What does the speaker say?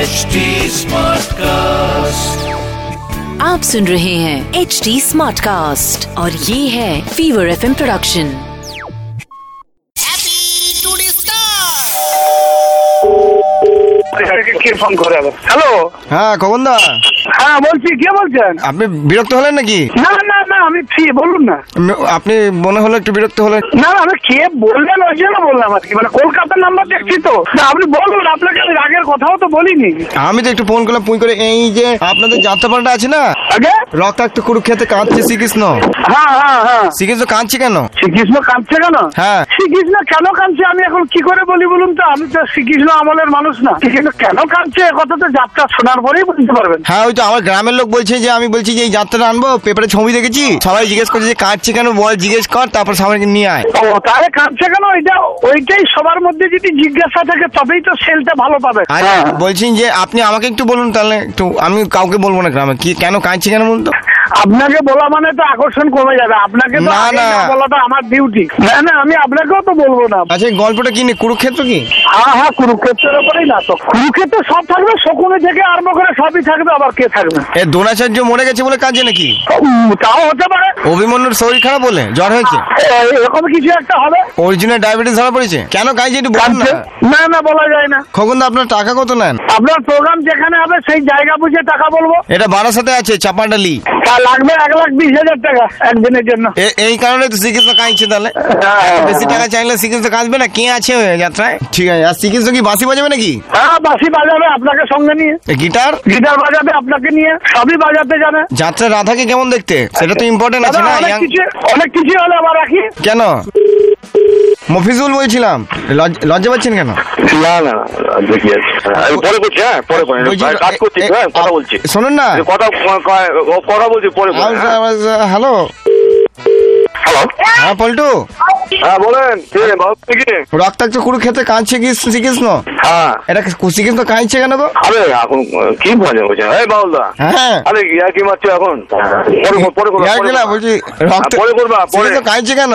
HD Smartcast. आप सुन रहे हैं एच डी स्मार्ट कास्ट और ये है फीवर एफ प्रोडक्शन কে ফোন করে আবার হ্যালো হ্যাঁ খবরদা হ্যাঁ বলছি কে বলছেন আপনি বিরক্ত হলেন নাকি না না না আমি ফ্রি বলুন না উম, আপনি মনে হলো একটু বিরক্ত হলেন না না আমি কে বললেন ওই জন্য বললাম আর কি মানে কলকাতার নাম্বার দেখছি তো না, আপনি বলুন আপনাকে আমি রাগের কথাও তো বলিনি আমি তো একটু ফোন করলাম পুঁই করে এই যে আপনাদের যাত্রাপালাটা আছে না আগে রক্তাক্ত কুরুক্ষেত্রে কাঁদছে শ্রীকৃষ্ণ হ্যাঁ হ্যাঁ হ্যাঁ শ্রীকৃষ্ণ কাঁদছে কেন শ্রীকৃষ্ণ কাঁদছে কেন হ্যাঁ। শ্রীকৃষ্ণ কেন কাঁদছে আমি এখন কি করে বলি বলুন তো আমি তো শ্রীকৃষ্ণ আমলের মানুষ না শ্রীকৃষ্ণ কেন কাঁদছে এ কথা তো যাত্রা শোনার পরেই বুঝতে পারবেন হ্যাঁ ওই তো আমার গ্রামের লোক বলছে যে আমি বলছি যে এই যাত্রাটা আনবো পেপারে ছবি দেখেছি সবাই জিজ্ঞেস করছে যে কাঁদছে কেন বল জিজ্ঞেস কর তারপর সামনে নিয়ে আয় ও তাহলে কাঁদছে কেন এটা ওইটাই সবার মধ্যে যদি জিজ্ঞাসা থাকে তবেই তো সেলটা ভালো পাবে আর হ্যাঁ। বলছি যে আপনি আমাকে একটু বলুন তাহলে একটু আমি কাউকে বলবো না গ্রামে কি কেন কাঁদছে কেন বলুন তো আপনাকে বলা মানে তো আকর্ষণ কমে যাবে আপনাকে তো না, আগে না। না বলাটা আমার ডিউটি না না আমি আপনাকেও তো বলবো না আচ্ছা এই গল্পটা কি নিয়ে? কুরুক্ষেত্র কি হ্যাঁ হ্যাঁ কুরুক্ষেত্রের ওপরেই নাটক কুরুক্ষেত্র সব থাকবে শকুনে থেকে আরম্ভ করে সবই থাকবে আবার কে থাকবে এ দ্রোণাচার্য মরে গেছে বলে কাঁদছে নাকি উম, তাও হতে পারে অভিমন্যুর শরীর খারাপ বলে জ্বর হয়েছে এ- এরকম কিছু একটা হবে অরিজিনাল ডায়াবেটিস ধরা পড়েছে কেন কাজ একটু বলুন কাঁদছে? না না না বলা যায় না খগন দা আপনার টাকা কত নেন আপনার প্রোগ্রাম যেখানে হবে সেই জায়গা বুঝে টাকা বলবো এটা বারাসাতে আছে চাপাডালি তা লাগবে এক লাখ বিশ হাজার টাকা একদিনের জন্য হ্যাঁ, এ- এই কারণে তো শ্রীকৃষ্ণ কাঁদছে তাহলে বেশি টাকা চাইলে শ্রীকৃষ্ণ কাঁদবে না কে আছে ওই যাত্রায় ঠিক আছে আর শ্রীকৃষ্ণ কি বাঁশি বাজাবে নাকি হ্যাঁ বাসি বাজাবে আপনাকে সঙ্গে নিয়ে এ গিটার গিটার বাজাবে আপনাকে নিয়ে সবই বাজাতে জানে যাত্রা রাধাকে কেমন দেখতে সেটা তো ইম্পর্টেন্ট আছে না দাদা, অনেক young- কিছু- অনেক কিছু হলে আবার রাখি কেন মফিজুল বলছিলাম লজ- লজ্জা পাচ্ছেন কেন না না না, দেখি আছে। আমি পরে বলছি হ্যাঁ পরে পরে বলছি- ভাই, কাজ করছি এ- হ্যাঁ এ- কথা বলছি শোনেন না কথা ক- ও কথা বলছি পরে পরে হ্যাঁ। হ্যালো হ্যালো হ্যাঁ পল্টু হ্যাঁ বলেন কে বাবু থেকে রক্তাক্ত কুরুক্ষেত্রে কাঁদছে কি শ্রীকৃষ্ণ হ্যাঁ এটা শ্রীকৃষ্ণ কাঁদছে কেন গো আরে এখন আহ, কি মজা বলছে হ্যাঁ বাবুদা হ্যাঁ আরে ইয়া কি মারছো এখন পরে কর- পরে করবা, ইয়ার পরে গেলা করবা। বলছি রক্ত হ্যাঁ, পরে করবা, পরে। সে তো কাঁদছে কেন